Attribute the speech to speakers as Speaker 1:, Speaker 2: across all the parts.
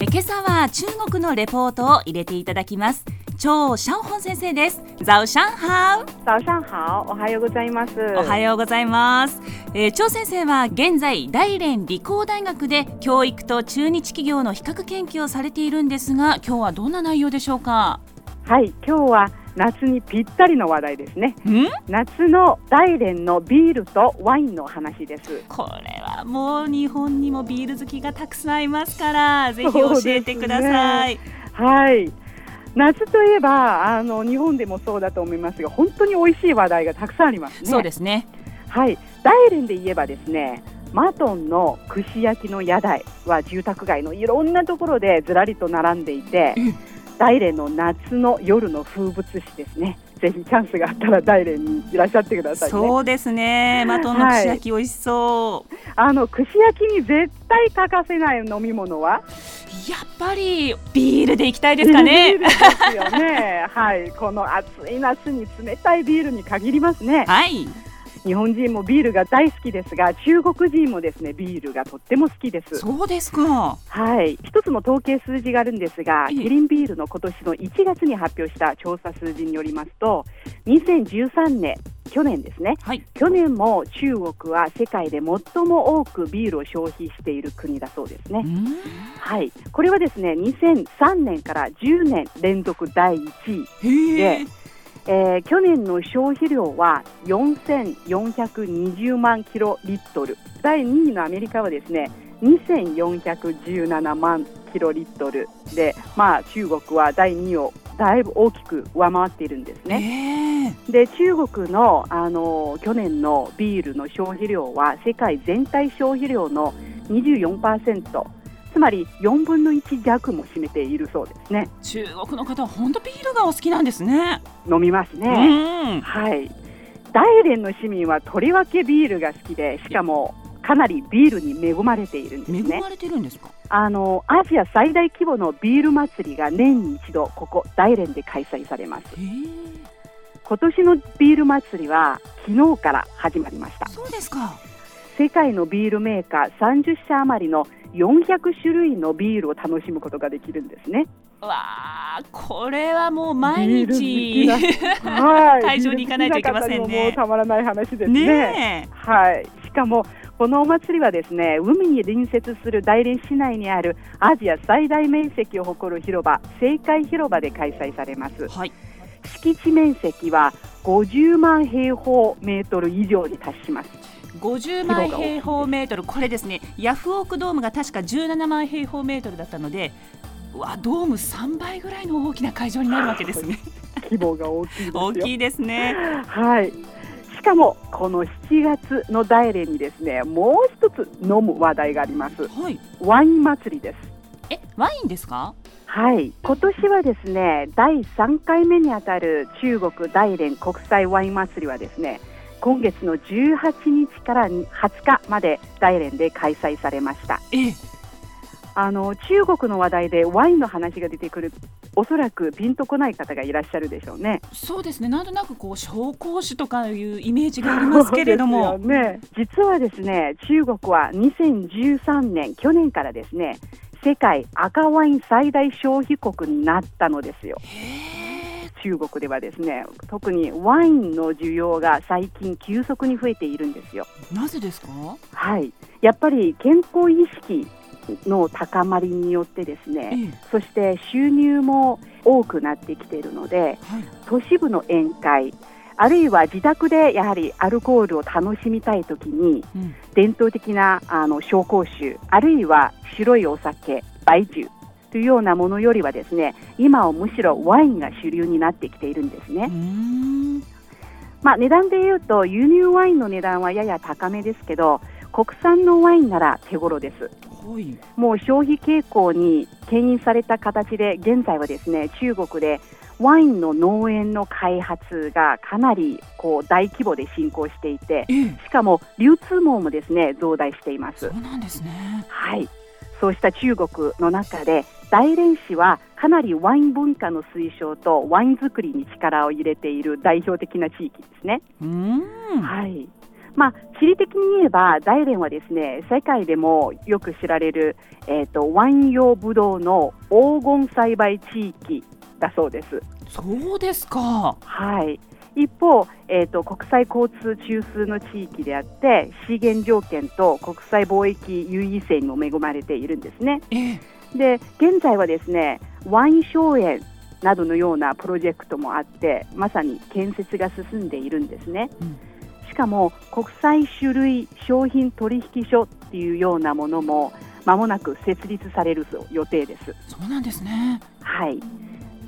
Speaker 1: 今朝は中国のレポートを入れていただきます張シャオホン先生ですザオシャンハウ
Speaker 2: 早上好，おはようございます。
Speaker 1: おは
Speaker 2: よ
Speaker 1: ようございます、えー、張先生は現在大連理工大学で教育と中日企業の比較研究をされているんですが今日はどんな内容でしょうか
Speaker 2: はい、今日は夏にぴったりの話題ですね。
Speaker 1: ん
Speaker 2: 夏の大連のビールとワインの話です。
Speaker 1: これはもう日本にもビール好きがたくさんいますからぜひ教えてください、
Speaker 2: はい。夏といえばあの日本でもそうだと思いますが本当に美味しい話題がたくさんありますね。
Speaker 1: そうですね
Speaker 2: はい、大連で言えばですねマトンの串焼きの屋台は住宅街のいろんなところでずらりと並んでいて
Speaker 1: うん
Speaker 2: 大連の夏の夜の風物詩ですねぜひチャンスがあったら大連にいらっしゃってくださいね
Speaker 1: そうですねマトンの串焼き美味しそう、
Speaker 2: あの串焼きに絶対欠かせない飲み物は
Speaker 1: やっぱりビールで行きたいですか
Speaker 2: ビー
Speaker 1: ね
Speaker 2: ルですよ ねはいこの暑い夏に冷たいビールに限りますね
Speaker 1: はい
Speaker 2: 日本人もビールが大好きですが中国人もですねビールがとっても好きです
Speaker 1: そうですか
Speaker 2: はい、一つの統計数字があるんですが、
Speaker 1: ええ
Speaker 2: キリンビールの今年の1月に発表した調査数字によりますと、2013年、去年ですね、
Speaker 1: はい
Speaker 2: 去年も中国は世界で最も多くビールを消費している国だそうです
Speaker 1: う
Speaker 2: ね。
Speaker 1: ん
Speaker 2: はい、これはですね、2003年から10年連続第1
Speaker 1: へ
Speaker 2: 位、
Speaker 1: え
Speaker 2: でえー去年の消費量は4420万キロリットル、第2位のアメリカはですね2417万キロリットルで、まあ、中国は第2位をだいぶ大きく上回っているんですね。
Speaker 1: ね
Speaker 2: で中国の、あの去年のビールの消費量は世界全体消費量の24%つまり4分の1弱も占めているそうですね
Speaker 1: 中国の方は本当ビールがお好きなんですね
Speaker 2: 飲みますね。
Speaker 1: うん
Speaker 2: はい、大連の市民はとりわけビールが好きでしかもかなりビールに恵まれているんです
Speaker 1: 恵
Speaker 2: ね
Speaker 1: まれてるんですか
Speaker 2: あのアジア最大規模のビール祭りが年に一度ここ大連で開催されます
Speaker 1: へえ
Speaker 2: 今年のビール祭りは昨日から始まりました
Speaker 1: そうですか
Speaker 2: 世界のビールメーカー30社余りの400種類のビールを楽しむことができるんで すね
Speaker 1: わあこれはもう毎日
Speaker 2: ビール好きなはい
Speaker 1: 会場に行かないといけませんね
Speaker 2: ビール好きな方にももうたまらない話です
Speaker 1: ねえ
Speaker 2: はい、しかもこのお祭りはですね海に隣接する大連市内にあるアジア最大面積を誇る広場青海広場で開催されます
Speaker 1: はい
Speaker 2: 敷地面積は50万平方メートル以上に達します
Speaker 1: 50万平方メートル、これですね、ヤフオクドームが確か17万平方メートルだったので、うわドーム3倍ぐらいの大きな会場になるわけですね。
Speaker 2: 規模が大きいですよ
Speaker 1: 大きいですね。
Speaker 2: はいしかもこの7月の大連にですねもう一つ飲む話題があります
Speaker 1: はい。
Speaker 2: ワイン祭りです
Speaker 1: え、ワインですか？
Speaker 2: はい、今年はですね第3回目にあたる中国大連国際ワイン祭りはですね今月の18日から20日まで大連で開催されました
Speaker 1: え、
Speaker 2: あの中国の話題でワインの話が出てくるおそらくピンとこない方がいらっしゃるでしょうね
Speaker 1: そうですね。なんとなくこう紹興酒とかいうイメージがありますけれども、
Speaker 2: そうですよね、実はですね中国は2013年去年からですね世界赤ワイン最大消費国になったのですよ
Speaker 1: へえ、
Speaker 2: 中国ではですね特にワインの需要が最近急速に増えているんですよ。
Speaker 1: なぜですか？
Speaker 2: はい、やっぱり健康意識の高まりによってです
Speaker 1: え
Speaker 2: ね
Speaker 1: え、
Speaker 2: そして収入も多くなってきているので
Speaker 1: はい。
Speaker 2: 都市部の宴会あるいは自宅でやはりアルコールを楽しみたい時に
Speaker 1: うん。
Speaker 2: 伝統的なあの紹興酒あるいは白いお酒白酒というようなものよりはですね今はむしろワインが主流になってきているんですね
Speaker 1: うー。ん。
Speaker 2: まあ、値段で言うと輸入ワインの値段はやや高めですけど国産のワインなら手頃です
Speaker 1: はい。
Speaker 2: もう消費傾向に牽引された形で現在はですね中国でワインの農園の開発がかなりこう大規模で進行していて
Speaker 1: ええ、
Speaker 2: しかも流通網もですね増大していま
Speaker 1: そ
Speaker 2: す
Speaker 1: うなんですね。
Speaker 2: はいそうした中国の中で大連市はかなりワイン文化の推奨とワイン作りに力を入れている代表的な地域ですね
Speaker 1: うーん。
Speaker 2: はい。まあ、地理的に言えば大連はですね世界でもよく知られる、えー、とワイン用ブドウの黄金栽培地域だそうです。
Speaker 1: そうですか。
Speaker 2: はい一方、えーと、国際交通中枢の地域であって資源条件と国際貿易優位性にも恵まれているんですね。
Speaker 1: ええ、
Speaker 2: で現在はですねワイン荘園などのようなプロジェクトもあってまさに建設が進んでいるんですね、
Speaker 1: うん
Speaker 2: しかも国際種類商品取引所っていうようなものもまもなく設立される予定です
Speaker 1: そうなんですね。
Speaker 2: はい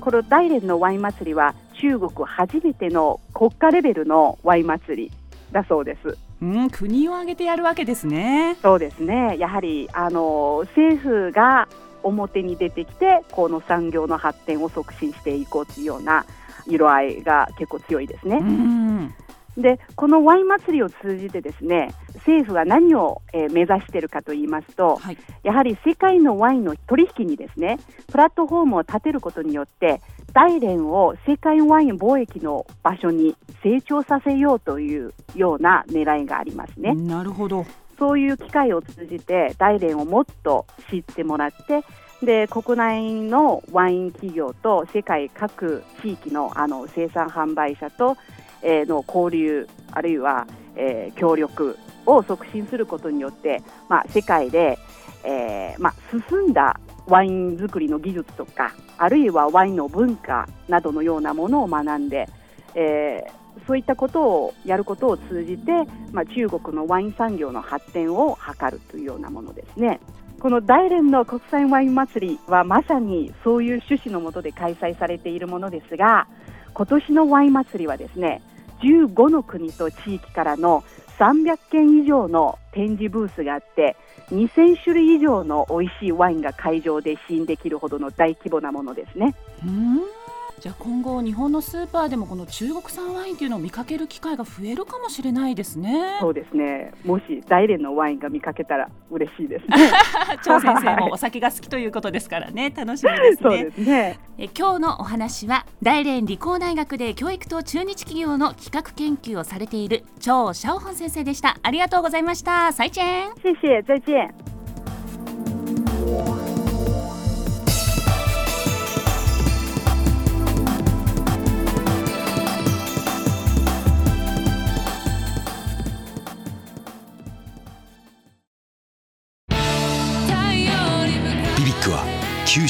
Speaker 2: この大連のワイン祭りは中国初めての国家レベルのワイン祭りだそうです
Speaker 1: うん、国を挙げてやるわけですね。
Speaker 2: そうですねやはりあの政府が表に出てきてこの産業の発展を促進していこうというような色合いが結構強いです
Speaker 1: う
Speaker 2: ね。
Speaker 1: ん、
Speaker 2: でこのワイン祭りを通じてですね政府が何を、えー目指しているかと言いますと
Speaker 1: はい、
Speaker 2: やはり世界のワインの取引にですねプラットフォームを立てることによって大連を世界ワイン貿易の場所に成長させようというような狙いがありますね。
Speaker 1: なるほど。
Speaker 2: そういう機会を通じて大連をもっと知ってもらってで国内のワイン企業と世界各地域のあの生産販売者と、えーの交流あるいは、えー協力を促進することによって、まあ、世界で、えーまあ、進んだワイン作りの技術とかあるいはワインの文化などのようなものを学んで、えーそういったことをやることを通じて、まあ、中国のワイン産業の発展を図るというようなものですね。この大連の国際ワイン祭りはまさにそういう趣旨のもとで開催されているものですが今年のワイン祭りはですね15の国と地域からの300件以上の展示ブースがあって2000種類以上の美味しいワインが会場で試飲できるほどの大規模なものですね。
Speaker 1: うん。じゃあ今後日本のスーパーでもこの中国産ワインというのを見かける機会が増えるかもしれないですね。
Speaker 2: そうですね。もし大連のワインが見かけたら嬉しいですね。
Speaker 1: 張先生もお酒が好きということですから ね、楽しみです
Speaker 2: そう
Speaker 1: ね
Speaker 2: で。すね。
Speaker 1: え今日のお話は大連理工大学で教育と中日企業の企画研究をされている張シャオホン先生でしたありがとうございました再チェン
Speaker 2: 谢谢，再见。
Speaker 3: ビビックは九